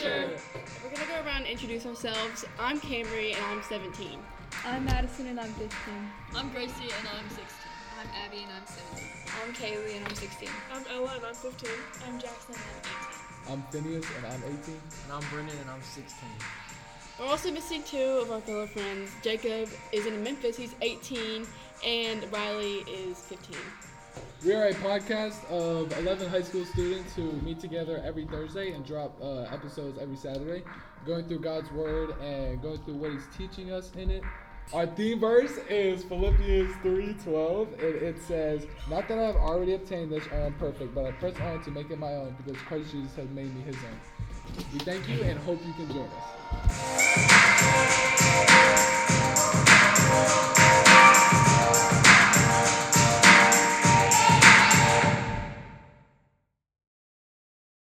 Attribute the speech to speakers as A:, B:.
A: Sure. We're gonna go around and introduce ourselves. I'm Camry and I'm 17.
B: I'm Madison and I'm 15.
C: I'm Gracie and I'm 16.
D: I'm Abby and I'm 17.
E: I'm Kaylee and I'm 16.
F: I'm Ella and I'm 15.
G: I'm Jackson and
H: I'm Phineas and I'm 18.
I: And I'm Brendan and I'm 16.
A: We're also missing two of our fellow friends. Jacob is in Memphis, he's 18, and Riley is 15.
H: We are a podcast of 11 high school students who meet together every Thursday and drop uh, episodes every Saturday, going through God's Word and going through what He's teaching us in it. Our theme verse is Philippians 3:12, and it says, "Not that I have already obtained this or am perfect, but I press on to make it my own, because Christ Jesus has made me His own." We thank you and hope you can join us.